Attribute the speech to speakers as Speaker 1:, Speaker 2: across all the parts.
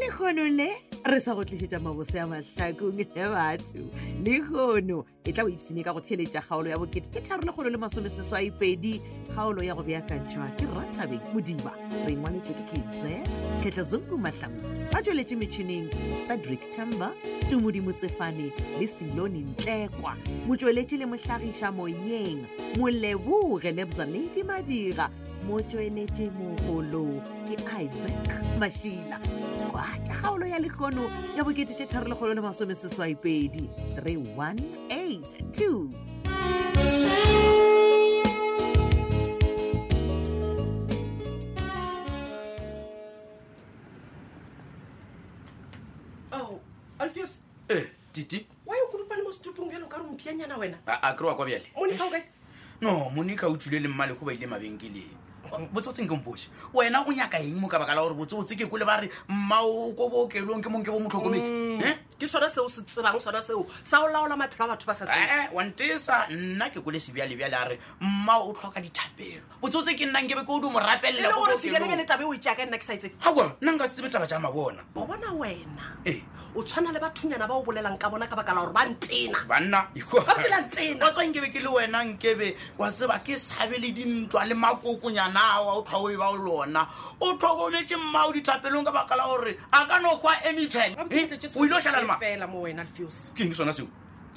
Speaker 1: lekgono le re sa go tlisetša mabose a mahlakong le batho lekgono e tla go ipsene ka go theletša kgaolo ya bokete ke tharo lekgono le masomeseswaipedi kgaolo ya go beakantšhwa ke ratabeng modiba re ngwaletswe ke kz ketlezungu mahlango ba tsweletše metšhineng sadrik tamber tumodimo tsefane le selone ntlekwa motsweletši le mohlagiša moyeng moleboge lebza ladi madira motsweletši mogolo ke isaac mašila kwa tša kgaolo ya lekono ya bokete tše tharologolo le masomeseswaipedi re 182
Speaker 2: ao alfios
Speaker 3: ee Eh, titi
Speaker 2: wa e kodupane mo setopong bjalo ka re mpianyana wena
Speaker 3: a a kry-a kwa bjale
Speaker 2: monika o kae
Speaker 3: no monika o tswile le mmalego ba ile mabenkeleng botsotseng ke mpoše wena o nyaka eng mo ka baka la gore botsebotse ke kole ba re mmao ko bookelong ke mong ke bo motlhokomedi Eh?
Speaker 2: ke sona seo se tsebang sona seo sa o laola maphelo a batho ba sa tsebe
Speaker 3: ee wantesa Eh, nna ke kole sebjalebjale a re mmao o tlhoka dithapelo botsotse ke nnang ke be ke o di mo
Speaker 2: e le gore sebeleke le
Speaker 3: rapelelaa
Speaker 2: tabe o e tseaka nna ke sa etseng
Speaker 3: nna nka se tsebe taba ja mabona Eh,
Speaker 2: bona wena
Speaker 3: ee
Speaker 2: o tshwana le bathunyana ba o bolelang ka bona ka baka la gore ba ntena
Speaker 3: banna
Speaker 2: Ba phela ntena.
Speaker 3: watswa nkebe ke le wena nkebe wa tseba ke sabe le dintwa le makokonyanawa o tlhaoe ba o lona o tlhokometse mmao dithapelong ka baka la gore a ka no kgwa anytime Eh, o ile o šala le ma
Speaker 2: fela mo wena alfios
Speaker 3: ke eng sona seo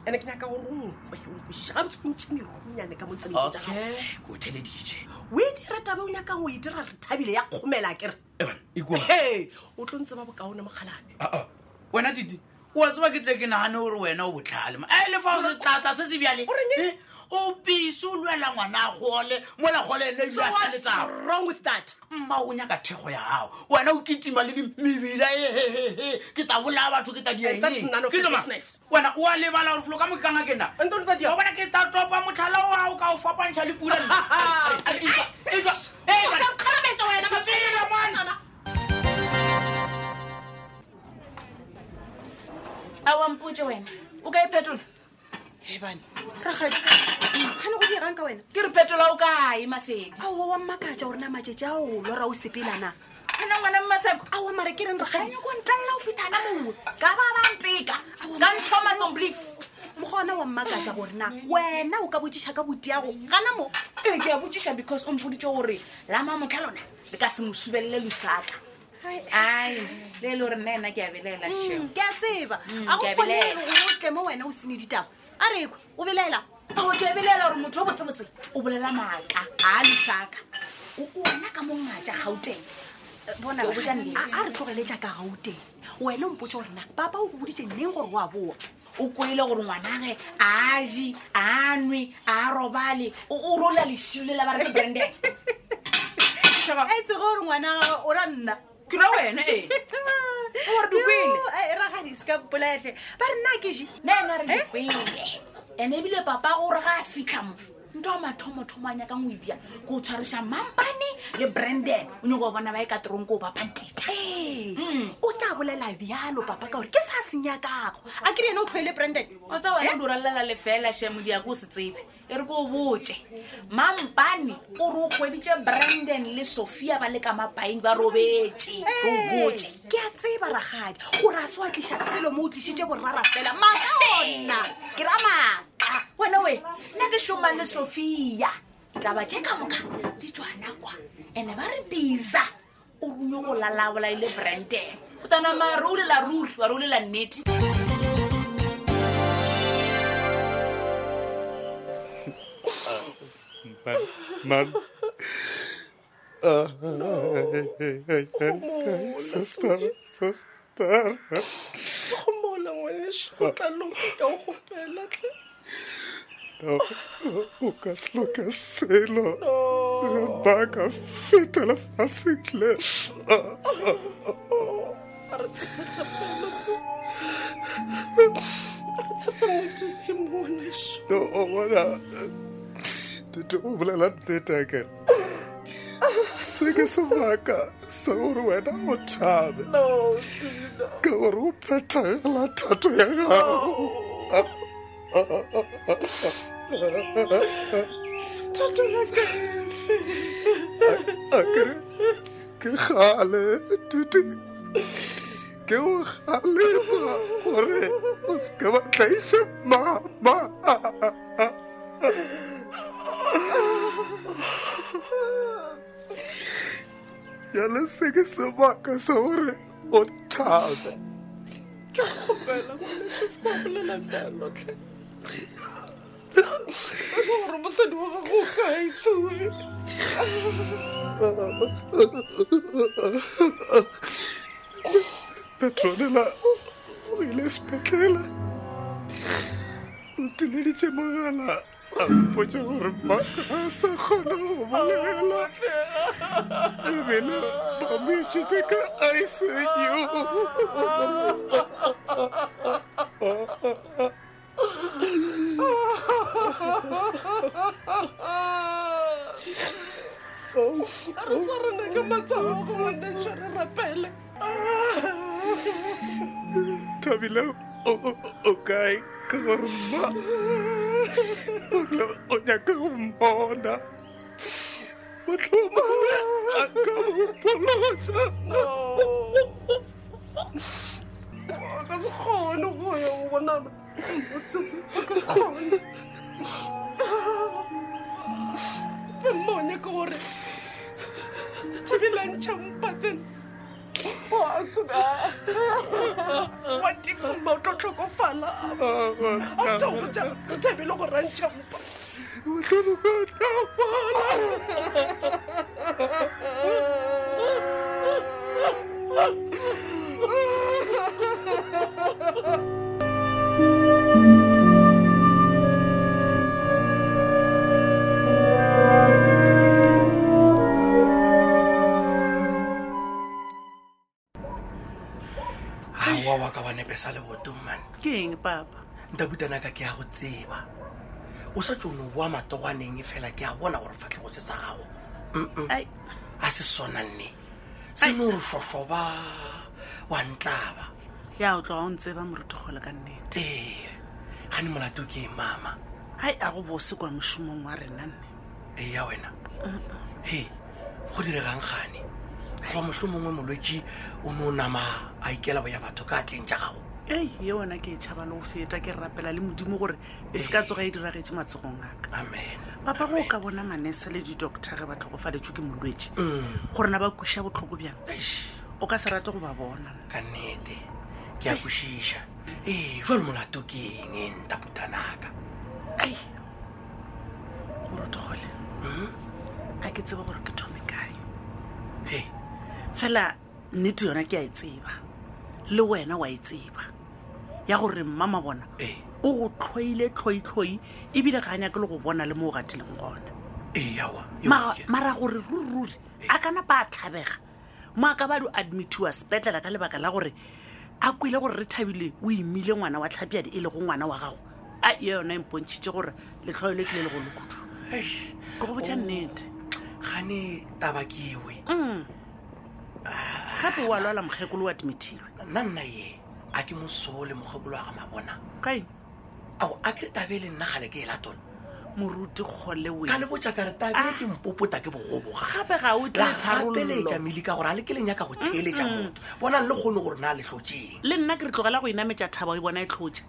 Speaker 2: ande ke nyaka gore o nkwe o nkošiša ga botshwantšhe merunyane ka motseng
Speaker 3: okay ko theledije
Speaker 2: o e dire tabe o nyakang o e dira re thabile ya kgomela kere e he o tlo ntse ba bokaone mokgalabe
Speaker 3: wena didi wa tseba ke tle ke nagane gore wena o botlhale ma e le fa o se tlata se se bjale
Speaker 2: O reng? e?
Speaker 3: Eh, o pise o lwela ngwana a gole mola gole ene e
Speaker 2: so what's
Speaker 3: letsao
Speaker 2: wrong with that
Speaker 3: mma o nyaka thekgo ya gago wena o ketima le mebila ehehehe ke tla bolaya batho ke tla
Speaker 2: And that's none of your business.
Speaker 3: wena o a lebala gore folo ka mokanga ke na
Speaker 2: And don't that you-
Speaker 3: Wa bona ke tla topa motlhala o ao ka o fapantšha le pula nna. Ai, ai, ai, ai, ai, ai, ai, ai, ai. Tsebe, man.
Speaker 4: a wampotse wena o ka e phetola
Speaker 2: ebane ragadi gane go dirang ka wena
Speaker 4: ke re phetola o kae masedi
Speaker 2: aowa wa mmakatsa gore na matsetse a o lora o sepelana
Speaker 4: ana ngwana mmatshep
Speaker 2: aowa mare ke reng ragadi nyako ntlalela o fethana mongwe
Speaker 4: ska ba banteka ska nthoma somblief
Speaker 2: mogona wa mmakatsa gore na wena o ka botsiša ka botiago gana mo
Speaker 4: ee ke a botsiša because o mpoditse gore lama motlha lona le ka se mosubelele losaka ai le e le gore nna ena ke a belela sheo
Speaker 2: ke a tseba
Speaker 4: Mm,
Speaker 2: a
Speaker 4: ke
Speaker 2: go
Speaker 4: a
Speaker 2: kgone gore
Speaker 4: belela.
Speaker 2: o tlemo wena o sene ditaba a rekwe o belela
Speaker 4: ao ke a belela gore motho o botsebotse o bolela maaka a losaka O- wena ka mongata gauteng bona o botsa
Speaker 2: a
Speaker 4: nnete
Speaker 2: a re tlogeletša ka gauteng wena o mpotse gorena papa o boditše nneng gore o a boa
Speaker 4: o kwele gore ngwanage a je a nwe a robale o o rola lešilo le la ba re ke branden
Speaker 2: a itsege gore ngwana gago o ra nna
Speaker 4: kera wena ee
Speaker 2: gore
Speaker 4: di kwele.
Speaker 2: ragadi se ka mpolaetle ba re nna ha ke je
Speaker 4: nna ena re dikwele ande ebile papa gore ga a fitlha mo nto a mathomothomo a nyakang o edia ko o tshwarisa mampane le branden o nyako wa bona ba e ka torong ko o Mm. bapantita Eh.
Speaker 2: ee o tla bolela bjalo papa ka gore ke sa senyakago a kry ene o tlhoele branden
Speaker 4: o tsa wena o duralela lefela shemodia ko o se tsebe e re ko o botse mampane o re o kgweditse branden le sophia ba le ka mapaeng ba robetse o botse
Speaker 2: ke a tseba ragadi gore a se wa tliša selo mo o tlišitše borara fela maaka ona ke ra maaka
Speaker 4: wena we nna ke šoma le sophia taba tše ka moka di tswana kwa ande ba re bisa o runye go lalaola e le branden o tanama re olela ruri wa re olela nnete
Speaker 5: Man. Sestar, sestar.
Speaker 2: gomola ngwaneso o tla loka o gopelatle
Speaker 5: O ka sloka selo. Ba ka fetela fasikle.
Speaker 2: a re tshepeapeelotse a re tshepe modudi moneso
Speaker 5: No, oh, o bona. Tete o bolela nnete ke. Se ke sebaka sa gore wena o thabe ka gore o phethagela thato ya gago
Speaker 2: thato yaka
Speaker 5: a kere ke gale tute ke o galema gore o seke wa tlaiše mama ya le se ke sebaka sa gore o thabe petronela o ile sepetlela o tileditše mogala a mpotša gore maka a sa kgona go bolela ebile mamišitše ka iceyo thabile o- o- o kae ka gore ma o lo- o nyaka go mmona motlhomongwe a ka bopolosa
Speaker 2: ka se kgone go ya go bonana o ka se kgone pe mmonya ke gore thabilantšha mpaten wa tifoma o tlo tlhokofala a o thabile go rantšha mpa
Speaker 3: aowa wa ka wa nepesa lebotong mane
Speaker 2: ke eng papa
Speaker 3: ntabutanaka ke ya go tseba o sa tsono boa matoganeng e fela ke a bona gore fatlhego se sa gago Mm-mm,
Speaker 2: ai
Speaker 3: a se sona nne se no re šošoba wa ntlaba
Speaker 2: ya o tloga o ntseba morutugole ka nnete
Speaker 3: tee gane molato ke e mama
Speaker 2: ai a go bose kwa mošomong wa rena nne
Speaker 3: ee ya wena he go diregang gane goba motlho mongwe molwetse o ne o nama a ikelabo ya batho ka tleng tja gago
Speaker 2: ei ye ona ke e tšhaba le go feta ke rapela le modimo gore e se ka tsoga e diragetse matsogong aka
Speaker 3: amen
Speaker 2: papa go o ka bona manese le di-doctore ba tlhokofaletswe ke molwetse gorena ba kweša botlhoko bjang
Speaker 3: Mm. Eish.
Speaker 2: o ka se rate go ba bona
Speaker 3: ka nnete ke a kwešiša ee jwa le molato ke eng e ntaputanaka
Speaker 2: ai morutogole a ke tseba gore ke thome kae
Speaker 3: Mm. he
Speaker 2: fela nnete yona ke a e tseba le wena wa e tseba ya gore mmama bona
Speaker 3: ee
Speaker 2: o go tlhoile tlhoitlhoi ebile ga a nyake le go bona le mo o gatileng gona
Speaker 3: ee awa
Speaker 2: Ma- mara gore ruri a kana pa a tlhabega moaka ba di admitiwa sepetlela ka lebaka la gore a kwile gore re thabile o imile ngwana wa tlhapiadi e le go ngwana wa gago a e yona e mpontšhitše gore letlhoelo e kile le go lekutlo ke go botja nnete
Speaker 3: gane taba ke ewe
Speaker 2: Mm. gape wa lwala mokgekolo o admitilwe
Speaker 3: nna nna ye a ke mosole mokgekolo wa ga mabona
Speaker 2: kae
Speaker 3: ao a kere tabe le nna gale ke e latona
Speaker 2: moruti kgole we
Speaker 3: ka le botja kare tabe ke mpopota ke bogoboga
Speaker 2: gape Ah. ga o tle
Speaker 3: la gapeletša
Speaker 2: tharololo
Speaker 3: mele ka gore a le ke lenyaka go theeletša motho bonang le kgone gore na le tlhotseng
Speaker 2: le nna ke re tlogela go inametša thaba e bona e tlhotša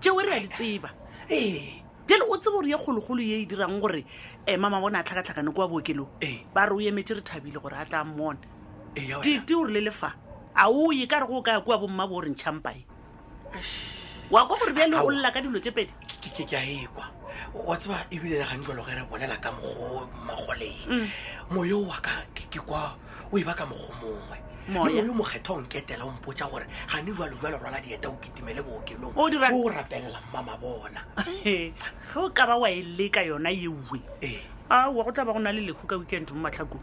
Speaker 2: tšeo re a di tseba
Speaker 3: ee
Speaker 2: bjale o tsebe gore ye kgologolo ye e dirang gore um mama bona a tlhakatlhakane kwa bookelong
Speaker 3: Ee.
Speaker 2: ba re o emetse re thabile gore a tla mmona
Speaker 3: ee ya wena.
Speaker 2: tite gore le lefa a o ye ka re go o kaya kua bomma bo o rentšhampae wa kwa gore bjale o
Speaker 3: Aowa.
Speaker 2: lla ka dilo tse pedi
Speaker 3: Ke- ke ke- ke a ekwa wa tseba ebile ganjalo ge re bolela ka mogo
Speaker 2: Mm.
Speaker 3: magoleng moyo wa ka ke ke kwa o e ba ka mogo mongwe
Speaker 2: Moya.
Speaker 3: le moyo mokgetha o nketela o mpotsa gore gane jwalojwalo rwala dieta o kitimele bookelong
Speaker 2: O dira-
Speaker 3: o rapelela mmama bona
Speaker 2: ge o ka ba wa e leka yona yeuwe
Speaker 3: ee
Speaker 2: aowa go tla ba go na le lekgo ka weekend mo matlhakong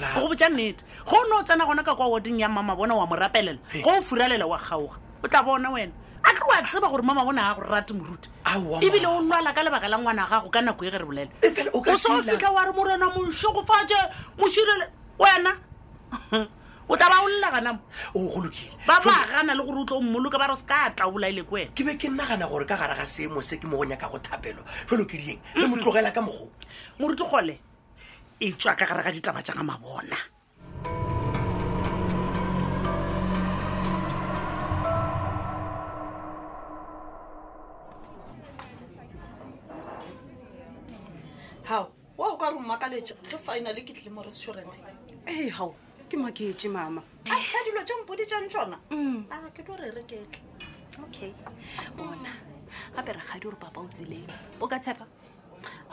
Speaker 3: La-
Speaker 2: go go botsa nnete go o ne o tsena gona ka kwa woding ya mama bona wa mo rapelela
Speaker 3: Ee.
Speaker 2: go o furalela wa kgaoga o tla bona wena a kere wa tseba gore mama bona ga go rate moruti
Speaker 3: Aowa, mama.
Speaker 2: ebile o lwala ka lebaka la ngwana wa gago ka nako e ge re bolela
Speaker 3: E fela o ka
Speaker 2: o sa o
Speaker 3: se ila-
Speaker 2: fitlha wa re morena mošogofatše moširele wena o tla ba o lela ganamo
Speaker 3: o go lokile
Speaker 2: ba
Speaker 3: Jwale
Speaker 2: ba gana le gore o tlo mmoloka ba re o se ka tla o laele ko wena
Speaker 3: ke be ke nnagana gore ka gare ga seemo se ke mo go nyaka go thapelwa jalo ke dieng le mo tlogela ka mogo
Speaker 2: moruti kgole e tswa ka gare ga ditaba tša ga mabona
Speaker 4: galetša ge finally ke tlile mo restaurant
Speaker 2: ee gao ke maketse mama Mm.
Speaker 4: after dilo tše mpoditšang tsona a ke tlo re re ketle
Speaker 2: okay bona gape ragadi ore papa o tseleng o ka tshepa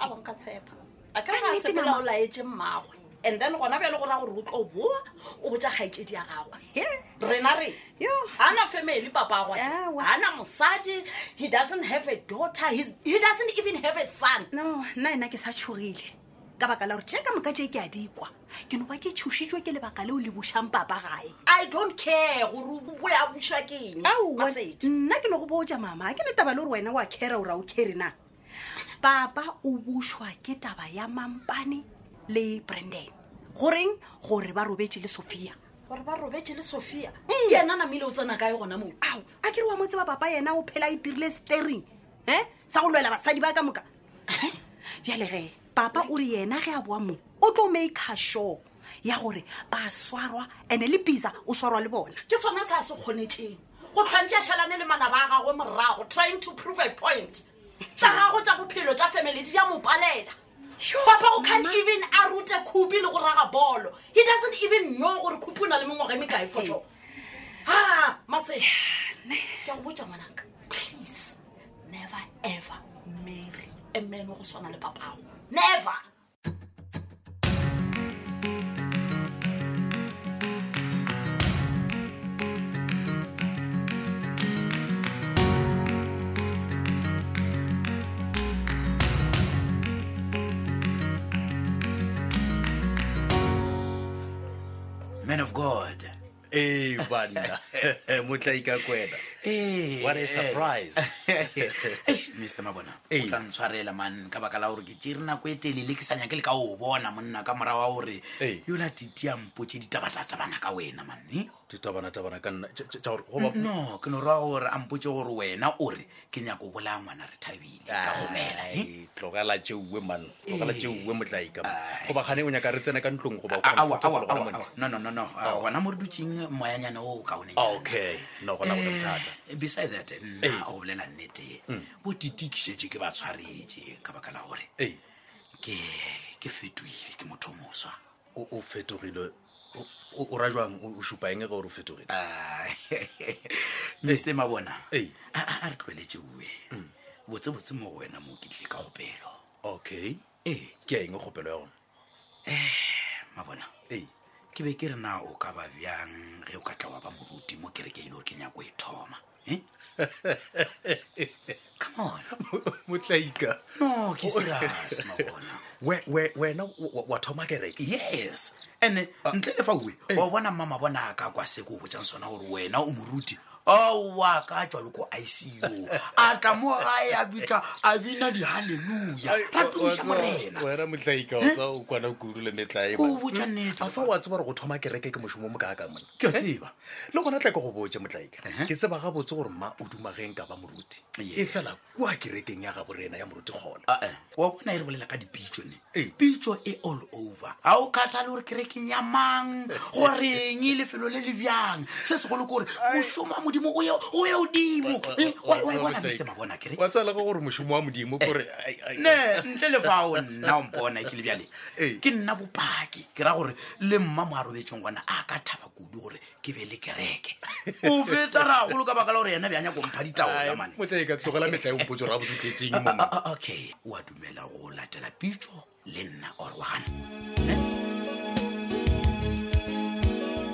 Speaker 4: a bonka tshepa a ka
Speaker 2: Ka
Speaker 4: ga
Speaker 2: nnete,
Speaker 4: sepela
Speaker 2: mama.
Speaker 4: o laetse mmagwe and then gona bjale go raya gore o tlo boa o botsa kgaetsedi ya gagwe rena re
Speaker 2: Yo.
Speaker 4: gana family papagwa
Speaker 2: Awa.
Speaker 4: gana mosadi he doesn't have a daughter he's- he doesn't even have a son
Speaker 2: no nna ena ke sa tshogile ka baka la gore jaaka moka je ke a dikwa ke no ba ke tshositswe ke lebaka leo le bušang papa gae
Speaker 4: i don't care gore o boya busa ke eng
Speaker 2: aowa
Speaker 4: Basedi.
Speaker 2: nna ke no go boja mama ha ke ne taba le gore wena wa kera ora o kere na papa o bušwa ke taba ya mampane le branden goreng gore ba robetse le sophia
Speaker 4: gore ba robetse le sophia yena namile o tsena kae gona moo
Speaker 2: ao Mm. a kere wa mo tseba papa yena o phela a itirile stering e sa go lwela basadi ba ka moka bjale ge papa o re yena ge a boa moo o tlo makea sure ya gore ba swarwa and-e le bisa o swarwa le bona
Speaker 4: ke sona se a se kgonetseng go tlhwantse a šhalane le mana ba gagwe morago trying to prove a point tsa
Speaker 2: Mm.
Speaker 4: gago tsa bophelo tsa family di ya mo palela papa o can't even a rute khupi le go raga bolo he doesn't even know gore khupi o na le mengwaga e mekae foto a masedi ke a go botsa ngwanaka please never ever marry a man wa go swana le papago never
Speaker 3: man of god
Speaker 6: ee banna motlaika kwena what a surprise
Speaker 3: mr mabona o tla ntshwarela man ka baka la gore ke tsere nako e telele ke sanya ke le ka o bona monna ka mora wa gore
Speaker 6: Ee.
Speaker 3: yola titi a mpotse ditatatabana ka wena manne
Speaker 6: ditabanatabana ka nna Tja- tja- tja gore go ba-
Speaker 3: no ke no raya gore a mpotse gore wena o re ke nyako o bolaya ngwana re thabile ka gomela e
Speaker 6: Ai, eh, tlogela tšeuwe man tlogela tšeuwe motlaika man. goba gane o nyaka re tsene ka ntlong goba o
Speaker 3: Ah, awa,
Speaker 6: comfortable
Speaker 3: awa,
Speaker 6: gona
Speaker 3: awa,
Speaker 6: mone?
Speaker 3: awa. no no no no Ah, gona mo re dutseng moyanyana o ka one
Speaker 6: Oh. okay no gona go le bothata
Speaker 3: Eh, Mm. beside that nna o bolela nnete bo titikišetše ke ba tshwaretše ka baka la gore
Speaker 6: ee
Speaker 3: ke- ke fetoile ke motho o moswa
Speaker 6: o o fetogile O- o o ra jwang o o šupa eng ge gore o fetogile
Speaker 3: Ah, mr mabona
Speaker 6: Ei.
Speaker 3: a a- a re tloeletse uwe botsebotse mo go wena mo ke tlile ka gopelo
Speaker 6: okay ee ke a eng kgopelo ya gona
Speaker 3: mabona
Speaker 6: ee
Speaker 3: ke be ke re na o ka ba bjang ge o ka tla wa ba moruti mo kereke ile gore ke nyako e thoma Eh? come on
Speaker 6: motlaika
Speaker 3: no ke serious mabona
Speaker 6: We- we- wena o- o- wa thoma kereke
Speaker 3: yes and
Speaker 6: Ah.
Speaker 3: ntle le faue
Speaker 6: Eh.
Speaker 3: wa bona mma mabona a ka kwa se ko o botsang sona gore wena o moruti aowa ka tswalo ko ico a tla mo gae a bitla a bina di-halleluya ratuša morena
Speaker 6: wena motlaika wa tsa o kwana kudu le e metlae
Speaker 3: Ke o
Speaker 6: man.
Speaker 3: botša nnete,
Speaker 6: a fa wa Eh? tseba gore go thoma kereke ke mošomo mo kaaka mone
Speaker 3: Ke a tseba.
Speaker 6: le gona tla ke go botse motlaika
Speaker 3: Ehe.
Speaker 6: ke tseba gabotse gore mma o dumageng ka ba moruti e
Speaker 3: Yes.
Speaker 6: fela kua kerekeng ya gabo rena ya moruti kgole
Speaker 3: Ah-eh, wa bona e re bolela ka dipitso ne
Speaker 6: Ee.
Speaker 3: pitso e all over ga o kgatha le gore kerekeng ya mang goreng E lefelo le le bjang se segolo ke gore mošomo wa modimo o ye o ye odimo Eh, wa wa e bona mr mabona kere
Speaker 6: wa tswalega gore mošomo wa modimo kore
Speaker 3: ne ntle le fao nna o mpona ke le bjale
Speaker 6: Ee.
Speaker 3: ke nna bopaki ke ra gore le mma mo a robetseng gona a ka thaba kudu gore ke be le kereke o fetsa ragolo ka baka la gore yena bjanya kompha ditaola mane
Speaker 6: motlaika tlogela metlae mpotse gore a botloketseng
Speaker 3: Ah,
Speaker 6: moma
Speaker 3: ah, ah, okay o a dumela go latela pitso le nna or wagana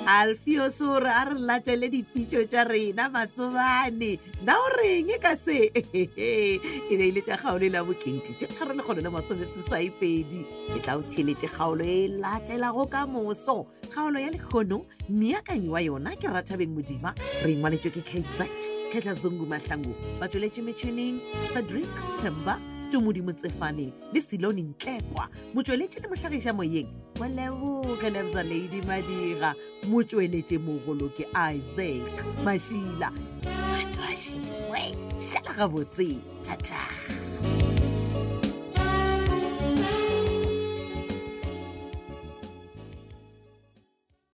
Speaker 1: alfios o re a re latele dipitso tša rena matsobane na o reng e ka se Ehehe, e beile tša kgaolo e la bokete tše tharo lekgolo le masomeseswaipedi ke tla o theletše kgaolo e latelago ka moso kgaolo ya lekgono meakanyi wa yona ke rathabeng modima re ngwaletšwe ke kazat kgetlha zungu mahlango ba tsweletše metšhineng cedric temba tumodimo tsefane le selone ntlekwa motsweletše le mohlagiša moyeng wa leboge lebza ladi madira motsweletše mogolo ke isaac mašila matwashilwe šala gabotse thata